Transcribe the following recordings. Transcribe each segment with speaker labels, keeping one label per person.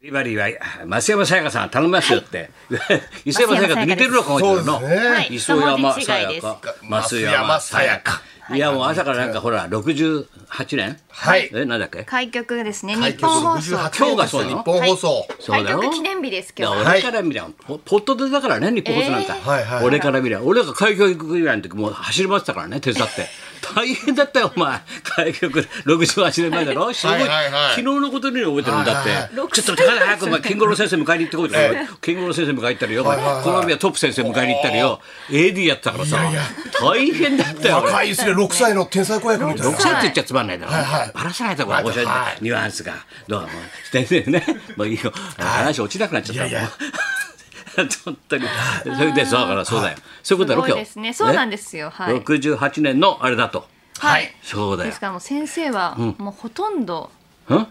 Speaker 1: デリバリーは増山さやかさん頼みますよって。伊勢山さやかと似てるのかもしれないの。
Speaker 2: そうですね
Speaker 3: はい
Speaker 1: 磯山
Speaker 3: 二
Speaker 1: さ
Speaker 3: 文字違い
Speaker 1: や
Speaker 3: です
Speaker 1: か、
Speaker 2: 増
Speaker 1: 増
Speaker 2: 山
Speaker 1: 山
Speaker 2: さ
Speaker 1: さ
Speaker 2: や
Speaker 1: や
Speaker 2: か
Speaker 1: か。いやもう朝からなんかほら68年。
Speaker 2: はい
Speaker 1: えなんだっけ。
Speaker 3: 開局ですね。
Speaker 2: 開
Speaker 3: 日
Speaker 2: 局
Speaker 3: 本放送。
Speaker 2: 68
Speaker 1: 今日がそうな
Speaker 2: 日
Speaker 1: の
Speaker 2: 本放送。
Speaker 1: そう
Speaker 3: 開
Speaker 1: だよ
Speaker 3: 局記念日です
Speaker 1: い
Speaker 3: 今
Speaker 1: や
Speaker 3: 日。
Speaker 1: 俺から見りゃポポットでだからね日本放送なんか、
Speaker 3: えー
Speaker 2: はいはい
Speaker 1: 俺から見りゃ俺が開局行くぐらいの時もう走り回ってたからね手伝って 大変だったよお前開局68年前だろすごい
Speaker 2: はいはいはい
Speaker 1: 昨日のことのように覚えてるんだって、
Speaker 2: はいはい
Speaker 1: ちょっと高田早くお前金五郎先生迎えに行ってこいとか、
Speaker 2: え
Speaker 1: 金五郎先生迎えに行ったりよ、
Speaker 2: はいはいはい
Speaker 1: この度はトップ先生迎えに行ったりよ AD やってたからさ大変だったよ俺
Speaker 2: 若いですね、6歳の天才子役みたい
Speaker 1: 6
Speaker 2: な。
Speaker 1: 歳って言っちゃつまんないだろ、
Speaker 2: はいはい
Speaker 1: バラさないとこが面白いんだ、
Speaker 2: はい
Speaker 1: ニュアンスがどうも先生ねもういいよ、話落ちなくなっちゃった
Speaker 2: いやいや
Speaker 1: 本当にそれでそうだからそうだよ、そういうことだ
Speaker 3: す
Speaker 1: ろ
Speaker 3: ごい
Speaker 1: 今
Speaker 3: です
Speaker 1: 日
Speaker 3: ね。そうなんですよ。はい。
Speaker 1: 68年のあれだと
Speaker 3: はい。
Speaker 1: そうだ
Speaker 3: で
Speaker 1: よ
Speaker 3: すからもう先生はもうほとんど
Speaker 1: ん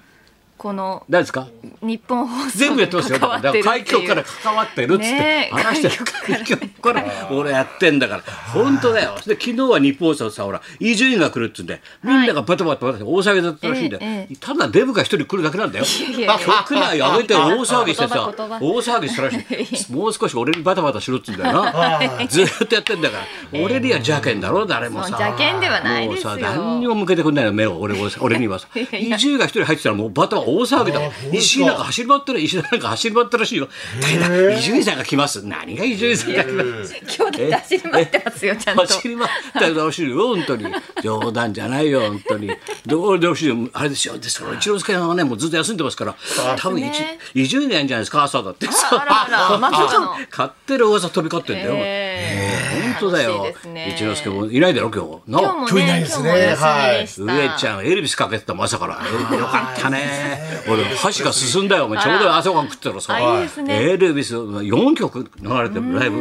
Speaker 3: この
Speaker 1: 誰ですか
Speaker 3: 日本放送
Speaker 1: 全部や
Speaker 3: に
Speaker 1: ってますよだ
Speaker 3: 関
Speaker 1: か
Speaker 3: わっ
Speaker 1: ら
Speaker 3: てるっ
Speaker 1: 開
Speaker 3: て
Speaker 1: 局
Speaker 3: い
Speaker 1: から
Speaker 3: う。
Speaker 1: 関わってるっつって、
Speaker 3: ねえ
Speaker 1: 話してる開
Speaker 3: 開
Speaker 1: 局から俺やってんだから本当だよで昨日は日本放送さほら伊集院が来るっつうんでみんながバタバタバタバタ大騒ぎだったらしいんだよ、
Speaker 3: えええ
Speaker 1: ただデブが一人来るだけなんだよ
Speaker 3: いやいやいや
Speaker 1: 局内上げて大騒ぎしてさ
Speaker 3: 言葉言葉
Speaker 1: 大騒ぎしたらしいもう少し俺にバタバタしろっつうんだよなずーっとやってんだから俺には邪険だろ誰も
Speaker 3: もう
Speaker 1: さ
Speaker 3: 邪険ではないですよ
Speaker 1: もうさ何にも向けてくんないの目を俺を俺にはさ
Speaker 3: いやいや
Speaker 1: 伊集院が一人入ってたらもうバタバタ大騒ぎだもん
Speaker 2: あ本当
Speaker 1: 石井なんか走り回ってる石井なんか走り回ってるらしいよ大変だ伊集院さんが来ます何が伊集院さんが来ます
Speaker 3: 今日だって走り回ってますよちゃんと。
Speaker 1: 走り回ってらしいよ本当に冗談じゃないよ本当にどうでほしいよあれですよでその一之輔さんはねもうずっと休んでますから多分一伊集院なんじゃないですか朝だって
Speaker 3: あらあらまさかの。
Speaker 1: 買ってる噂飛び交ってんだよ、
Speaker 3: え
Speaker 1: 本当だよ
Speaker 3: 楽しいですね
Speaker 1: 一之輔もいないだろ今日な
Speaker 3: ー今日も
Speaker 2: 今日いない
Speaker 3: ね今
Speaker 2: です
Speaker 3: 日
Speaker 2: ね
Speaker 3: もお休みでした。
Speaker 1: 上ちゃんエルビスかけてたもん朝からえよかったね俺箸が進んだよお前ちょうど朝ごはん食ってたらさ
Speaker 3: あいいですね
Speaker 1: エルビス4曲流れてるライブ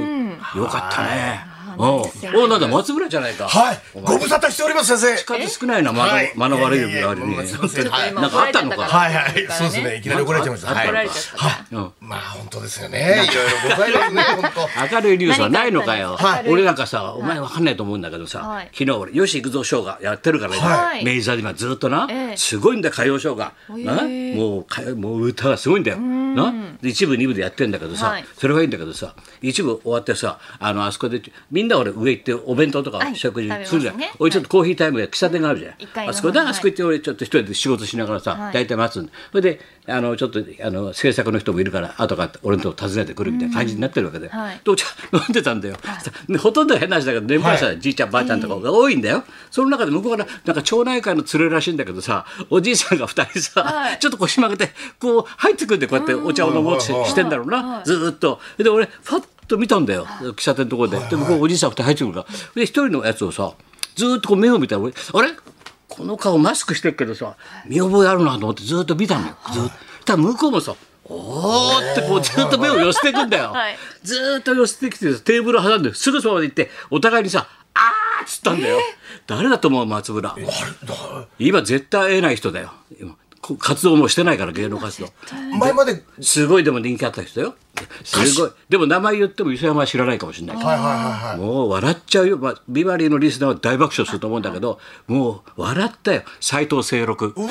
Speaker 1: よかったねおおなんだ松村じゃないか
Speaker 2: はい
Speaker 1: お、前
Speaker 2: ご無沙汰しております、先生。
Speaker 1: 数少ないな間の
Speaker 2: はい
Speaker 1: 間の悪い指がある
Speaker 2: いやいやいやもう
Speaker 1: ね
Speaker 2: すいませんはい
Speaker 1: なんかあったのか
Speaker 2: はいはい、そうですね、いきなり怒られちゃいました。は
Speaker 3: 怒られ
Speaker 2: い
Speaker 3: ちゃったから。
Speaker 1: うん
Speaker 2: まあ、本当ですよね。いろいろございますね、本当。
Speaker 1: 明るいニュースはないのかよ
Speaker 3: 何かあったんですか明るい
Speaker 1: 俺なんかさお前わかんないと思うんだけどさ、
Speaker 3: はい
Speaker 1: 昨日俺吉幾三ショーがやってるからね、
Speaker 3: はい
Speaker 1: 明治座で今ずっとな、
Speaker 3: ええ
Speaker 1: すごいんだ歌謡ショーが、な
Speaker 3: へえ
Speaker 1: もうかもう歌がすごいんだよなで一部二部でやってんだけどさ、
Speaker 3: はい
Speaker 1: それはいいんだけどさ一部終わってさあのあそこでみんな俺上行ってお弁当とか
Speaker 3: はい
Speaker 1: 食事
Speaker 3: 食べます
Speaker 1: するじゃん、
Speaker 3: ね
Speaker 1: 俺ちょっとコーヒータイムで喫茶店があるじゃん、
Speaker 3: 一階の
Speaker 1: あそこで
Speaker 3: はい
Speaker 1: あそこ行って俺ちょっと一人で仕事しながらさ、
Speaker 3: はい
Speaker 1: 大体待つんだそれであのちょっとあの制作の人もいるから後から俺のとこ訪ねてくるみたいな感じになってるわけで、
Speaker 3: はい
Speaker 1: でお茶飲んでたんだよ、ほとんど変な話だけど年配者、じいちゃんばあちゃんとかが多いんだよその中で向こうからなんか町内会の連れらしいんだけどさおじいさんが2人さ、
Speaker 3: はい
Speaker 1: ちょっと腰曲げてこう入ってくるんでこうやってお茶を飲もうとし,、
Speaker 2: はいはい
Speaker 1: てんだろうな、ずーっとで俺ファッと見たんだよ喫茶店のところで、で向こうおじいさん2人入ってくるからで一人のやつをさずーっとこう目を見たら俺あれこの顔マスクしてるけどさ見覚えあるなと思ってずーっと見たのよ、ずーっとたら向こうもさおーってこうずーっと目を寄せていくんだよ、
Speaker 3: はい
Speaker 1: ずーっと寄せてきてテーブル挟んですぐそばまで行ってお互いにさ「あー」っつったんだよ、誰だと思う松村今絶対会えない人だよ今こ活動もしてないから芸能活動
Speaker 2: 前まで、はい
Speaker 1: すごいでも人気あった人だよすごいでも名前言っても磯山は知らないかもしれないけど
Speaker 2: はいはいはい。
Speaker 1: もう笑っちゃうよ、まあ、ビバリーのリスナーは大爆笑すると思うんだけどもう笑ったよ斎藤清六
Speaker 2: うわ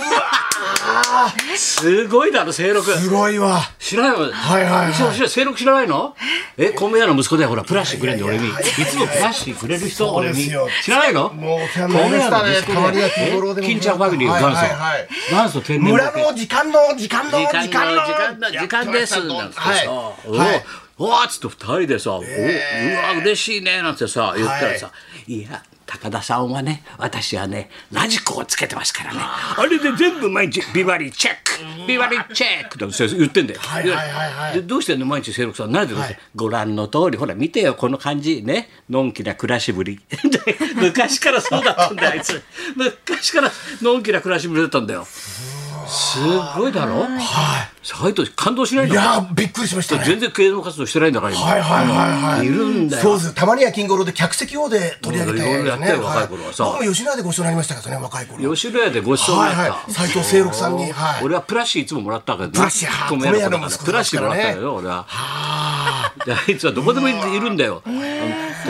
Speaker 1: すごいだろ清六
Speaker 2: ー、すごいわ。
Speaker 1: 知らないの
Speaker 2: はいはいはい
Speaker 1: そうそう清六知らないのえ米屋の息子だよほらプラスチックくれんで俺にいつもプラスチックくれる人
Speaker 2: そう
Speaker 1: 俺
Speaker 2: で
Speaker 1: に
Speaker 2: すよ
Speaker 1: 知らないの
Speaker 2: もうお世話になりましたね
Speaker 1: 米屋
Speaker 2: 変わ
Speaker 1: の
Speaker 2: りは
Speaker 1: 息子で
Speaker 2: 日頃でも
Speaker 1: 金ちゃんファミリー元
Speaker 2: はいはいはい
Speaker 1: 祖元祖天然
Speaker 2: 村
Speaker 1: ボケ
Speaker 2: の時間の時間の
Speaker 1: 時間
Speaker 2: 時間の
Speaker 1: の時間の時間です
Speaker 2: は
Speaker 1: なんつってさ、
Speaker 2: い。
Speaker 1: お
Speaker 2: はい。
Speaker 1: おおーっつって二人でさ、おうわ嬉しいねなんてさ言ったらさ、、
Speaker 2: はい
Speaker 1: や高田さんはね私はねラジコをつけてますからねあれで全部毎日ビバリーチェックビバリーチェックって先生言ってんだよ、
Speaker 2: はいはいはいはい
Speaker 1: でどうしてんの毎日清六さん慣れてる、
Speaker 2: はい
Speaker 1: ご覧の通りほら見てよこの感じねのんきな暮らしぶり で昔からそうだったんだよ あいつ昔からのんきな暮らしぶりだったんだよすごいだろ
Speaker 2: は
Speaker 1: 斎藤感動しない
Speaker 2: い。
Speaker 1: の
Speaker 2: いやーびっくりしましたね。
Speaker 1: 全然芸能活動してないんだから今、
Speaker 2: はいはいはいはい。
Speaker 1: いるんだよ
Speaker 2: そうです。たまには金五郎で客席用で取り上げ
Speaker 1: うんいろいろや
Speaker 2: て
Speaker 1: ってる若い頃はさ
Speaker 2: 僕も吉野家でご一緒になりましたけどね、若い頃。
Speaker 1: 吉野家でご馳走にな
Speaker 2: は
Speaker 1: っ
Speaker 2: い
Speaker 1: た、
Speaker 2: はい。斎藤清六さんに。はい。
Speaker 1: 俺はプラッシーいつももらったけどプ
Speaker 2: ラッシー
Speaker 1: 米
Speaker 2: 米
Speaker 1: 屋
Speaker 2: 屋
Speaker 1: の
Speaker 2: の
Speaker 1: 子だから
Speaker 2: 息子
Speaker 1: プラッ
Speaker 2: で
Speaker 1: シ
Speaker 2: す
Speaker 1: ー
Speaker 2: か
Speaker 1: も
Speaker 2: ら
Speaker 1: らっ
Speaker 2: ね
Speaker 1: たのよ俺はであいつはどこでもいるんだよあの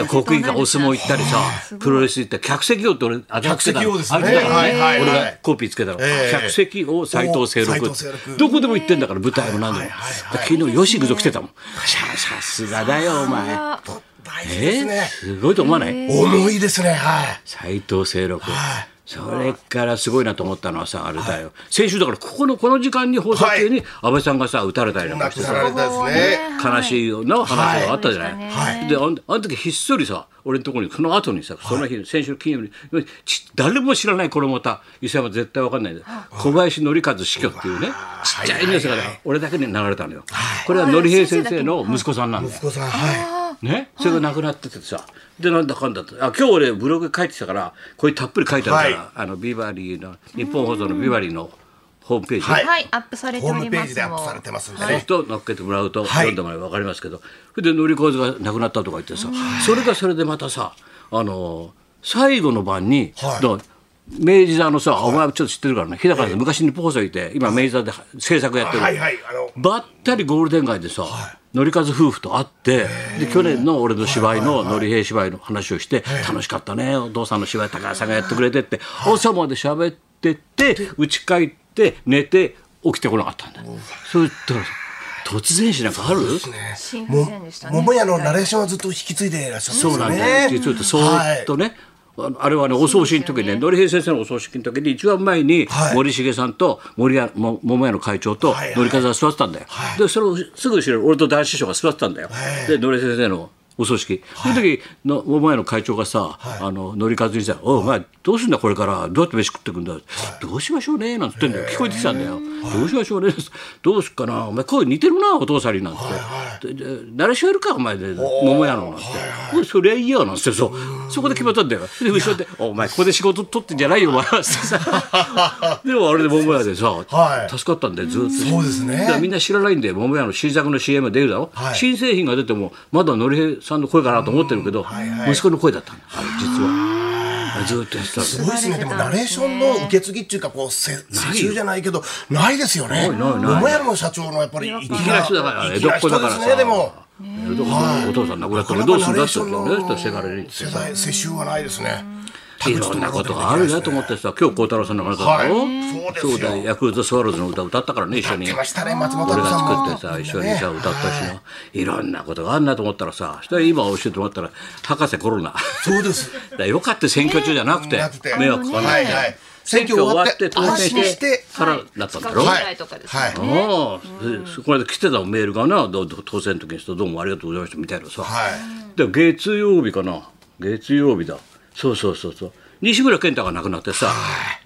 Speaker 1: で国技館お相撲行ったりさプロレス行った客席王って俺あ
Speaker 2: 客席王ですね。
Speaker 1: あれだよ
Speaker 2: はいはい
Speaker 1: 俺
Speaker 2: は
Speaker 1: が
Speaker 2: い。
Speaker 1: コピーつけたの、
Speaker 2: ええ
Speaker 1: 客席を斎藤清
Speaker 2: お
Speaker 1: 六
Speaker 2: 斉藤清六
Speaker 1: どこでも行ってんだから舞台も何でも、
Speaker 2: はいはいはい
Speaker 1: だから昨日吉幾三来てたもんささすがだよお前
Speaker 2: 大事で
Speaker 1: え
Speaker 2: すね。
Speaker 1: すごいと思わない
Speaker 2: 重いですね。はい。
Speaker 1: 斎藤清六、
Speaker 2: はい
Speaker 1: それからすごいなと思ったのはさあれだよ、先週だからここのこの時間に放送中に安倍さんがさ撃たれたりなん
Speaker 2: 亡
Speaker 1: かして
Speaker 2: く
Speaker 1: さ
Speaker 2: なられたですね。
Speaker 1: 悲しいよな話があったじゃない、
Speaker 2: はい
Speaker 1: であんあの時ひっそりさ俺のところにその後にさその日、先週金曜日にち誰も知らないこれまた伊勢山絶対わかんないで小林紀和死去っていうねちっちゃいニュースがね俺だけに流れたのよ、これは紀平先生の息子さんなんだよ
Speaker 2: 息子さん、は
Speaker 1: ね、それがなくなっててさ、でなんだかんだとあ今日俺ブログ書いてたからこれたっぷり書いてあるから、
Speaker 2: はい
Speaker 1: あのビバリーの日本放送のビバリーのホームページ、
Speaker 2: はい
Speaker 3: はい、アップされ
Speaker 2: い。
Speaker 3: て
Speaker 2: ホ
Speaker 3: お
Speaker 2: ー
Speaker 3: り
Speaker 2: ムペ
Speaker 3: ま
Speaker 2: ージ
Speaker 3: す
Speaker 2: でア
Speaker 3: も
Speaker 2: ップさ
Speaker 3: ん
Speaker 2: れてますんで
Speaker 1: そうする
Speaker 2: ね。
Speaker 1: と乗っけてもらうと
Speaker 2: はい
Speaker 1: 読んでもらえば分かりますけど、それで乗り越えがなくなったとか言ってさ、それがそれでまたさあの最後の晩に、
Speaker 2: はい
Speaker 1: どう明治座のさ、お前もちょっと知ってるからね日高さん、昔日本放送いて今明治座で制作やってる、
Speaker 2: はいはい。あの、
Speaker 1: ばったりゴールデン街でさ、紀和夫婦と会ってで去年の俺の芝居の紀平芝居の話をして「楽しかったねお父さんの芝居高橋さんがやってくれて」って朝まで喋ってて家帰って寝て起きてこなかったんだそしたらさ突然死なんかある
Speaker 3: 新
Speaker 2: も
Speaker 3: 鮮でしたね
Speaker 2: 桃屋のナレーションはずっと引き継いでいらっしゃった
Speaker 1: そうなんだよって
Speaker 2: ね。
Speaker 1: ちょっとそーっとね、あのあれはねお葬式の時にね典平先生のお葬式の時に一番前に
Speaker 2: はい
Speaker 1: 森重さんと森屋も桃屋の会長と
Speaker 2: はいはい
Speaker 1: 典和が座ってたんだよ、でそれをすぐ後ろに俺と男子師匠が座ってたんだよ、で典平先生のお葬式、その時の桃屋の会長がさ、あの典和にさ「おいお前どうすんだこれからどうやって飯食ってくんだ、どうしましょうね」なんつってんだよ聞こえてきたんだよ「どうしましょうね」どうすっかなお前声似てるなお父さんに」なんて「でで慣れしょやるかお前で桃屋の」なんて「おいそりゃいいよ」なんつってそうそこで決まったんだよで後ろで「お前ここで仕事取ってんじゃないよお前は」ってさでもあれで桃屋でさ
Speaker 2: はい
Speaker 1: 助かったんだよずっと
Speaker 2: そうですね
Speaker 1: だからみんな知らないんで桃屋の新作の CM 出るだろ
Speaker 2: はい
Speaker 1: 新製品が出てもまだ典平さんの声かなと思ってるけど
Speaker 2: はい
Speaker 1: 息子の声だったんだあれ実はずっとやってたんだ
Speaker 2: すごいですね。でもナレーションの受け継ぎっていうかこうせ世襲じゃないけどないですよね。桃屋の社長のやっぱり粋
Speaker 1: 生きな人だから江戸っ子だから
Speaker 2: 粋な人ですね。
Speaker 1: さ
Speaker 2: でも
Speaker 1: 江戸っ子のお父さん亡くなったらどうするんだって言ったんだよせがれに
Speaker 2: 世代世襲はないですね。
Speaker 1: いろんなことがあるなと思ってさ今日孝太郎さんの話だったろ、
Speaker 2: はいそうですよ
Speaker 1: だよヤクルトスワローズの歌歌ったからね一緒に
Speaker 2: 来ましたね松本
Speaker 1: 俺
Speaker 2: さんも。
Speaker 1: が作ってさ一緒にさ歌ったしな、いろんなことがあんなと思ったらさそしたら今教えてもらったら博士コロナだか
Speaker 2: そうです。
Speaker 1: らよかった選挙中じゃなくて
Speaker 2: なくて
Speaker 1: 迷惑かかんない、
Speaker 2: はいはい選挙終わって
Speaker 1: 選挙終わって
Speaker 2: 安心して
Speaker 1: からだったんだろ、
Speaker 3: は
Speaker 2: はいい
Speaker 3: ぐらいとかですね
Speaker 2: はい
Speaker 1: ああ、そこまで来てたメールがなどど当選の時にどうもありがとうございましたみたいなさ、
Speaker 2: はい。
Speaker 1: で月曜日かな月曜日だそうそうそうそう西村健太が亡くなってさ、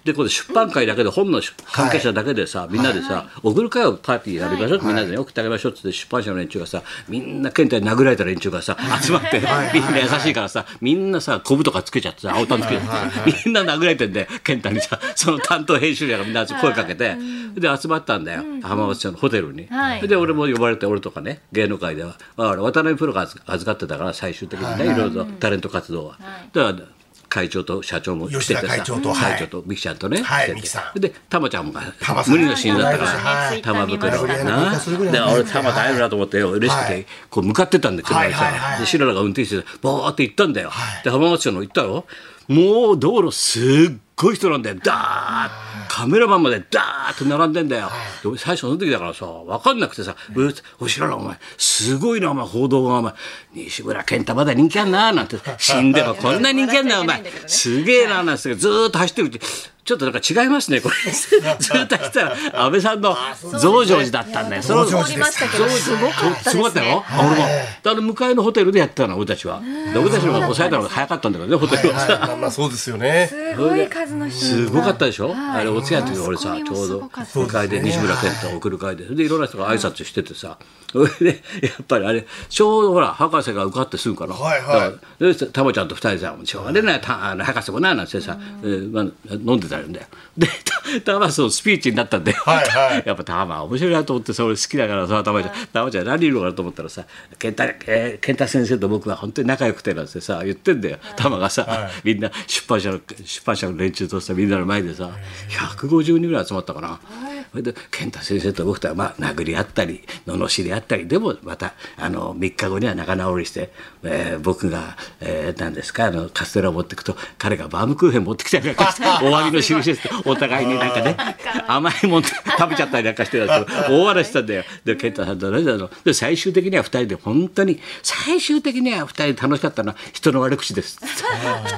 Speaker 1: でこれ出版会だけで本の出関係者だけでさ、みんなでさ、送る会をパーティーやりましょうって、みんなで、ね、送ってあげましょうって言って出版社の連中がさみんな健太に殴られた連中がさ集まってみんな優しいからさみんなさコブとかつけちゃってさ青タンつけちゃってみんな殴られてんで健太にさその担当編集者がみんな声かけてで集まったんだよ浜松町のホテルに。
Speaker 3: はい
Speaker 1: で俺も呼ばれて俺とかね芸能界ではああ渡辺プロが預預かってたから最終的にねいろいろとタレント活動は。だから会長と社長も来てて
Speaker 2: 吉田
Speaker 1: さ
Speaker 2: 会長とはい
Speaker 1: 会長と美樹ちゃんとね、
Speaker 2: は
Speaker 1: 来
Speaker 2: い
Speaker 1: てて
Speaker 2: 美樹さん
Speaker 1: で玉ちゃんが
Speaker 2: 玉さん
Speaker 1: 無理の死因だったから、
Speaker 2: はい
Speaker 1: 玉袋
Speaker 2: はい
Speaker 1: だ
Speaker 2: 玉
Speaker 1: な
Speaker 2: 袋
Speaker 1: で俺玉と会えるなと思ってよ嬉しく
Speaker 2: は
Speaker 1: て
Speaker 2: い
Speaker 1: こう向かってたんだけど
Speaker 2: はいはいはい
Speaker 1: さでシララが運転しててボーって行ったんだよ、で浜松町の行ったよもう道路すっごい人なんだよダーッカメラマンまでダーッと並んでんだよ、で俺最初の時だからさ分かんなくてさ「ブーツおしららお前すごいなお前報道がお前西村健太まだ人気あんな」 なんて「死んでもこんな人気あんなお前すげえな」なんてずーっと走ってるうちちょっとなんか違いますねこれずーっと走ったら安倍さんの増上寺だったんだよその
Speaker 2: 増上
Speaker 3: 通
Speaker 2: 寺
Speaker 3: りましたけどすごかったです
Speaker 1: すごかったよ
Speaker 3: ね。
Speaker 1: 俺も。あの向かいのホテルでやってたの、俺たちは。で俺たちの方が抑えたのが早かったんだけどね、ホテルは
Speaker 2: はいまあまあそうですよね。
Speaker 3: すごい数の人
Speaker 1: すごかったでしょ、あれお通夜の時俺
Speaker 3: マ
Speaker 1: さ
Speaker 3: スコミ
Speaker 1: ち
Speaker 3: も
Speaker 1: ょう
Speaker 3: す
Speaker 1: ど
Speaker 3: ごかった
Speaker 1: 向かいで西村健太を送る会ででいろんな人が挨拶しててさ それでやっぱりあれちょうどほら博士が受かってすぐかな、
Speaker 2: はいはい
Speaker 1: だからでタモちゃんと二人さ「しょうがねえなたあの博士もな」なんてさ、えーまあ、飲んでたんだよでたタマそのスピーチになったんだよ、
Speaker 2: はいはい
Speaker 1: やっぱタマ面白いなと思ってそれ好きだからさタマちゃんタマちゃん何言うのかなと思ったらさ「健太,、えー、健太先生と僕は本当に仲良くて」なんてさ言ってんだよタマがさ、みんな出版社の出版社の連中とさみんなの前でさ150人ぐらい集まったかな、それで健太先生と僕とはまあ殴り合ったり罵り合ったりでもまたあの3日後には仲直りして、えー僕が、えー、何ですかあのカステラを持ってくと彼がバームクーヘン持ってきた りなんかしてお詫びの印ですお互いになんかね甘いもん食べちゃったりなんかして たんですけど大笑いしたんだよで健太さんとねあので最終的には2人で本当に最終的には2人で楽しかったのは人の悪口 です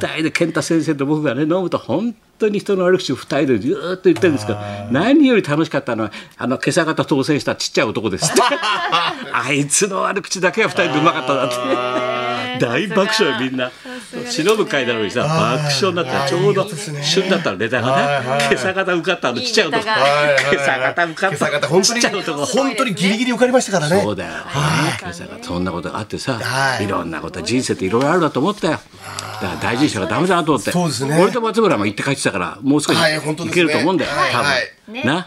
Speaker 1: 2人で健太先生と僕がね飲むと本本当に人の悪口を2人でずーっと言ってるんですけど何より楽しかったのはあの今朝方当選したちっちゃい男ですって あいつの悪口だけは2人でうまかったなって大爆笑よみんな忍ぶ会なのにさ爆笑になったちょうど旬だったのネタがね今朝方受かったのちっちゃい男
Speaker 3: いいネ
Speaker 1: 今
Speaker 3: タが
Speaker 1: 朝方受かっ
Speaker 2: 今朝
Speaker 1: た
Speaker 2: 方本当
Speaker 1: ちっ
Speaker 2: に
Speaker 1: ちゃい男
Speaker 2: 本当にギリギリ受かりましたからね。
Speaker 1: そうだよ、ね、今朝がそんなことがあってさ、、
Speaker 2: はいい
Speaker 1: ろんなこと人生っていろいろあるなと思ったよだから大事にしたらダメだなと思って
Speaker 2: そうですね
Speaker 1: 俺と松村も行って帰ってたからもう少し
Speaker 2: はい本当
Speaker 1: い
Speaker 2: です
Speaker 1: け
Speaker 2: ね
Speaker 1: ると思うんだよ、
Speaker 2: はい
Speaker 1: 多分、
Speaker 2: はい
Speaker 3: ね
Speaker 1: な、
Speaker 2: はい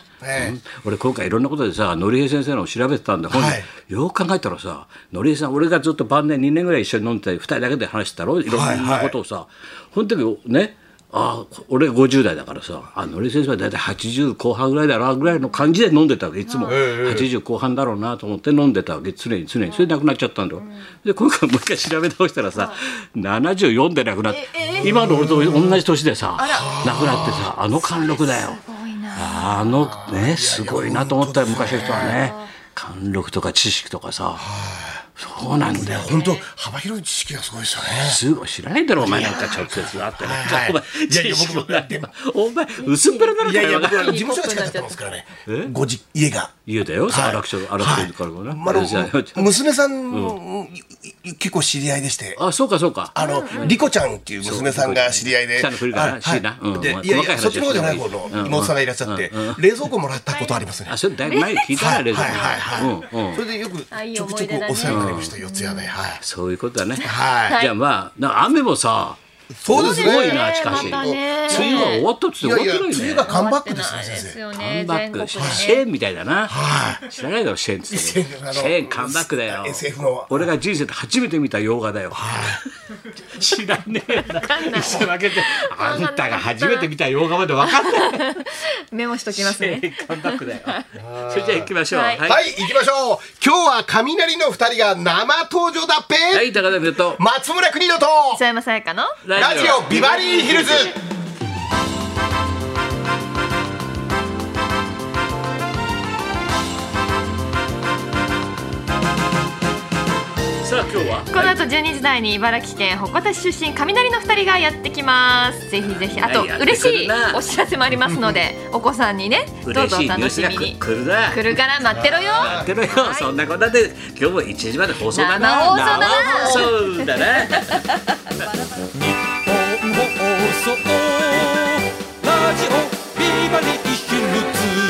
Speaker 1: うん俺今回いろんなことでさのりえ先生のを調べてたんだ、ほんで
Speaker 2: はい
Speaker 1: よく考えたらさのりえさん俺がずっと晩年2年ぐらい一緒に飲んでたり2人だけで話してたろいろんなことをさ、ほんとにねああ俺50代だからさあのりえ先生は大体80後半ぐらいだなぐらいの感じで飲んでたわけいつも、80後半だろうなと思って飲んでたわけ常に常にそれで亡くなっちゃったんだよ、で今回もう一回調べ直したらさ、74で亡くなって、今の俺と同じ年でさ亡くなってさあの貫禄だよ。あのねすごいなと思ったよ昔の人はね貫禄とか知識とかさそうなんだよ
Speaker 2: 本当幅広い知識がすごいですよね。
Speaker 1: すごい知らないだろお前なんか直接会ってね
Speaker 2: はい
Speaker 1: お前
Speaker 2: いやい
Speaker 1: 知
Speaker 2: や
Speaker 1: 識も
Speaker 2: 僕も
Speaker 1: ないわお前薄っぺらだら
Speaker 2: い
Speaker 1: け
Speaker 2: やい
Speaker 1: だ
Speaker 2: や
Speaker 1: よ
Speaker 2: 僕は事務所が近かったんですからね。ごじ家が。
Speaker 1: 家だよ
Speaker 2: はい
Speaker 1: 荒木町荒木町からもね
Speaker 2: まあ
Speaker 1: あれじゃない
Speaker 2: の娘さんのいい結構知り合いでして。
Speaker 1: あそうかそうか
Speaker 2: あの、リコちゃんっていう娘さんが知り合いで。
Speaker 1: そうリコちゃん北の古いからな
Speaker 2: は
Speaker 1: 知りなうん
Speaker 2: いで
Speaker 1: まあ
Speaker 2: いやい
Speaker 1: 細かい
Speaker 2: や、
Speaker 1: 話
Speaker 2: そっちの方じゃない
Speaker 1: は
Speaker 2: 方
Speaker 1: しない
Speaker 2: の
Speaker 1: 方がいい
Speaker 2: 妹さんがいらっしゃって、冷蔵庫もらったことありますね。
Speaker 1: あそれだいぶ前に聞いたな
Speaker 2: はい
Speaker 1: 冷蔵
Speaker 2: はい
Speaker 1: 庫うんう
Speaker 2: はい。
Speaker 1: ん
Speaker 2: それでよくち
Speaker 3: あいい
Speaker 2: ょく
Speaker 3: 思
Speaker 2: ち
Speaker 3: い
Speaker 2: ょく
Speaker 3: 出だね
Speaker 2: お世話になりました、四ツ谷で。はい。
Speaker 1: そういうことだね
Speaker 2: はい
Speaker 1: じゃあまあな雨もさ
Speaker 2: そうです
Speaker 1: すごい
Speaker 2: ね。
Speaker 1: なしかし
Speaker 3: またね
Speaker 1: 梅雨が終わったっつ
Speaker 2: い
Speaker 1: って終わ
Speaker 2: やい
Speaker 1: っ
Speaker 2: や、
Speaker 1: て
Speaker 2: 梅
Speaker 1: ない
Speaker 2: 雨
Speaker 1: ね
Speaker 2: がカムバックですね、先
Speaker 3: です
Speaker 2: 生。
Speaker 3: よ
Speaker 1: カム
Speaker 3: ね。
Speaker 1: バッ
Speaker 3: 全
Speaker 1: ク
Speaker 3: 国
Speaker 1: シェ
Speaker 3: ね。
Speaker 1: ーンみたいだな知らないだろシェーンっつって
Speaker 2: シェーンあの
Speaker 1: シェーンカムバックだよ
Speaker 2: SF の
Speaker 1: 俺が人生で初めて見た洋画だよ知らねえな一緒だけであんたが初めて見た洋画まで分かんない
Speaker 3: メモしときます
Speaker 1: シェ
Speaker 3: ね。
Speaker 1: ーンカムバックだよそれじゃあ行きましょうは
Speaker 3: はいい
Speaker 2: はい、行きましょう。今日は雷の二人が生登場だっ
Speaker 1: は
Speaker 2: ぺ。
Speaker 1: い高田美と
Speaker 2: 松村邦乃と。
Speaker 3: 磯山さやかの。
Speaker 2: ラジオビバリーヒルズ。
Speaker 1: さあ今日は
Speaker 3: この後12時台に茨城県鉾田市出身雷の二人がやってきます。ぜひぜひ、あと
Speaker 1: やってくるな
Speaker 3: 嬉しいお知らせもありますので、お子さんにね、どう
Speaker 1: 嬉
Speaker 3: ぞ
Speaker 1: し
Speaker 3: お
Speaker 1: いニュー
Speaker 3: 楽
Speaker 1: ス
Speaker 3: し
Speaker 1: が
Speaker 3: みに。
Speaker 1: 来るな
Speaker 3: 来るから待ってろよ。
Speaker 1: やってろよ、そんなことで今日も1時まで放送だな
Speaker 3: 生放送だ
Speaker 1: 生
Speaker 3: な
Speaker 1: 放送だな
Speaker 4: 放送ラジオビバリーヒルズ」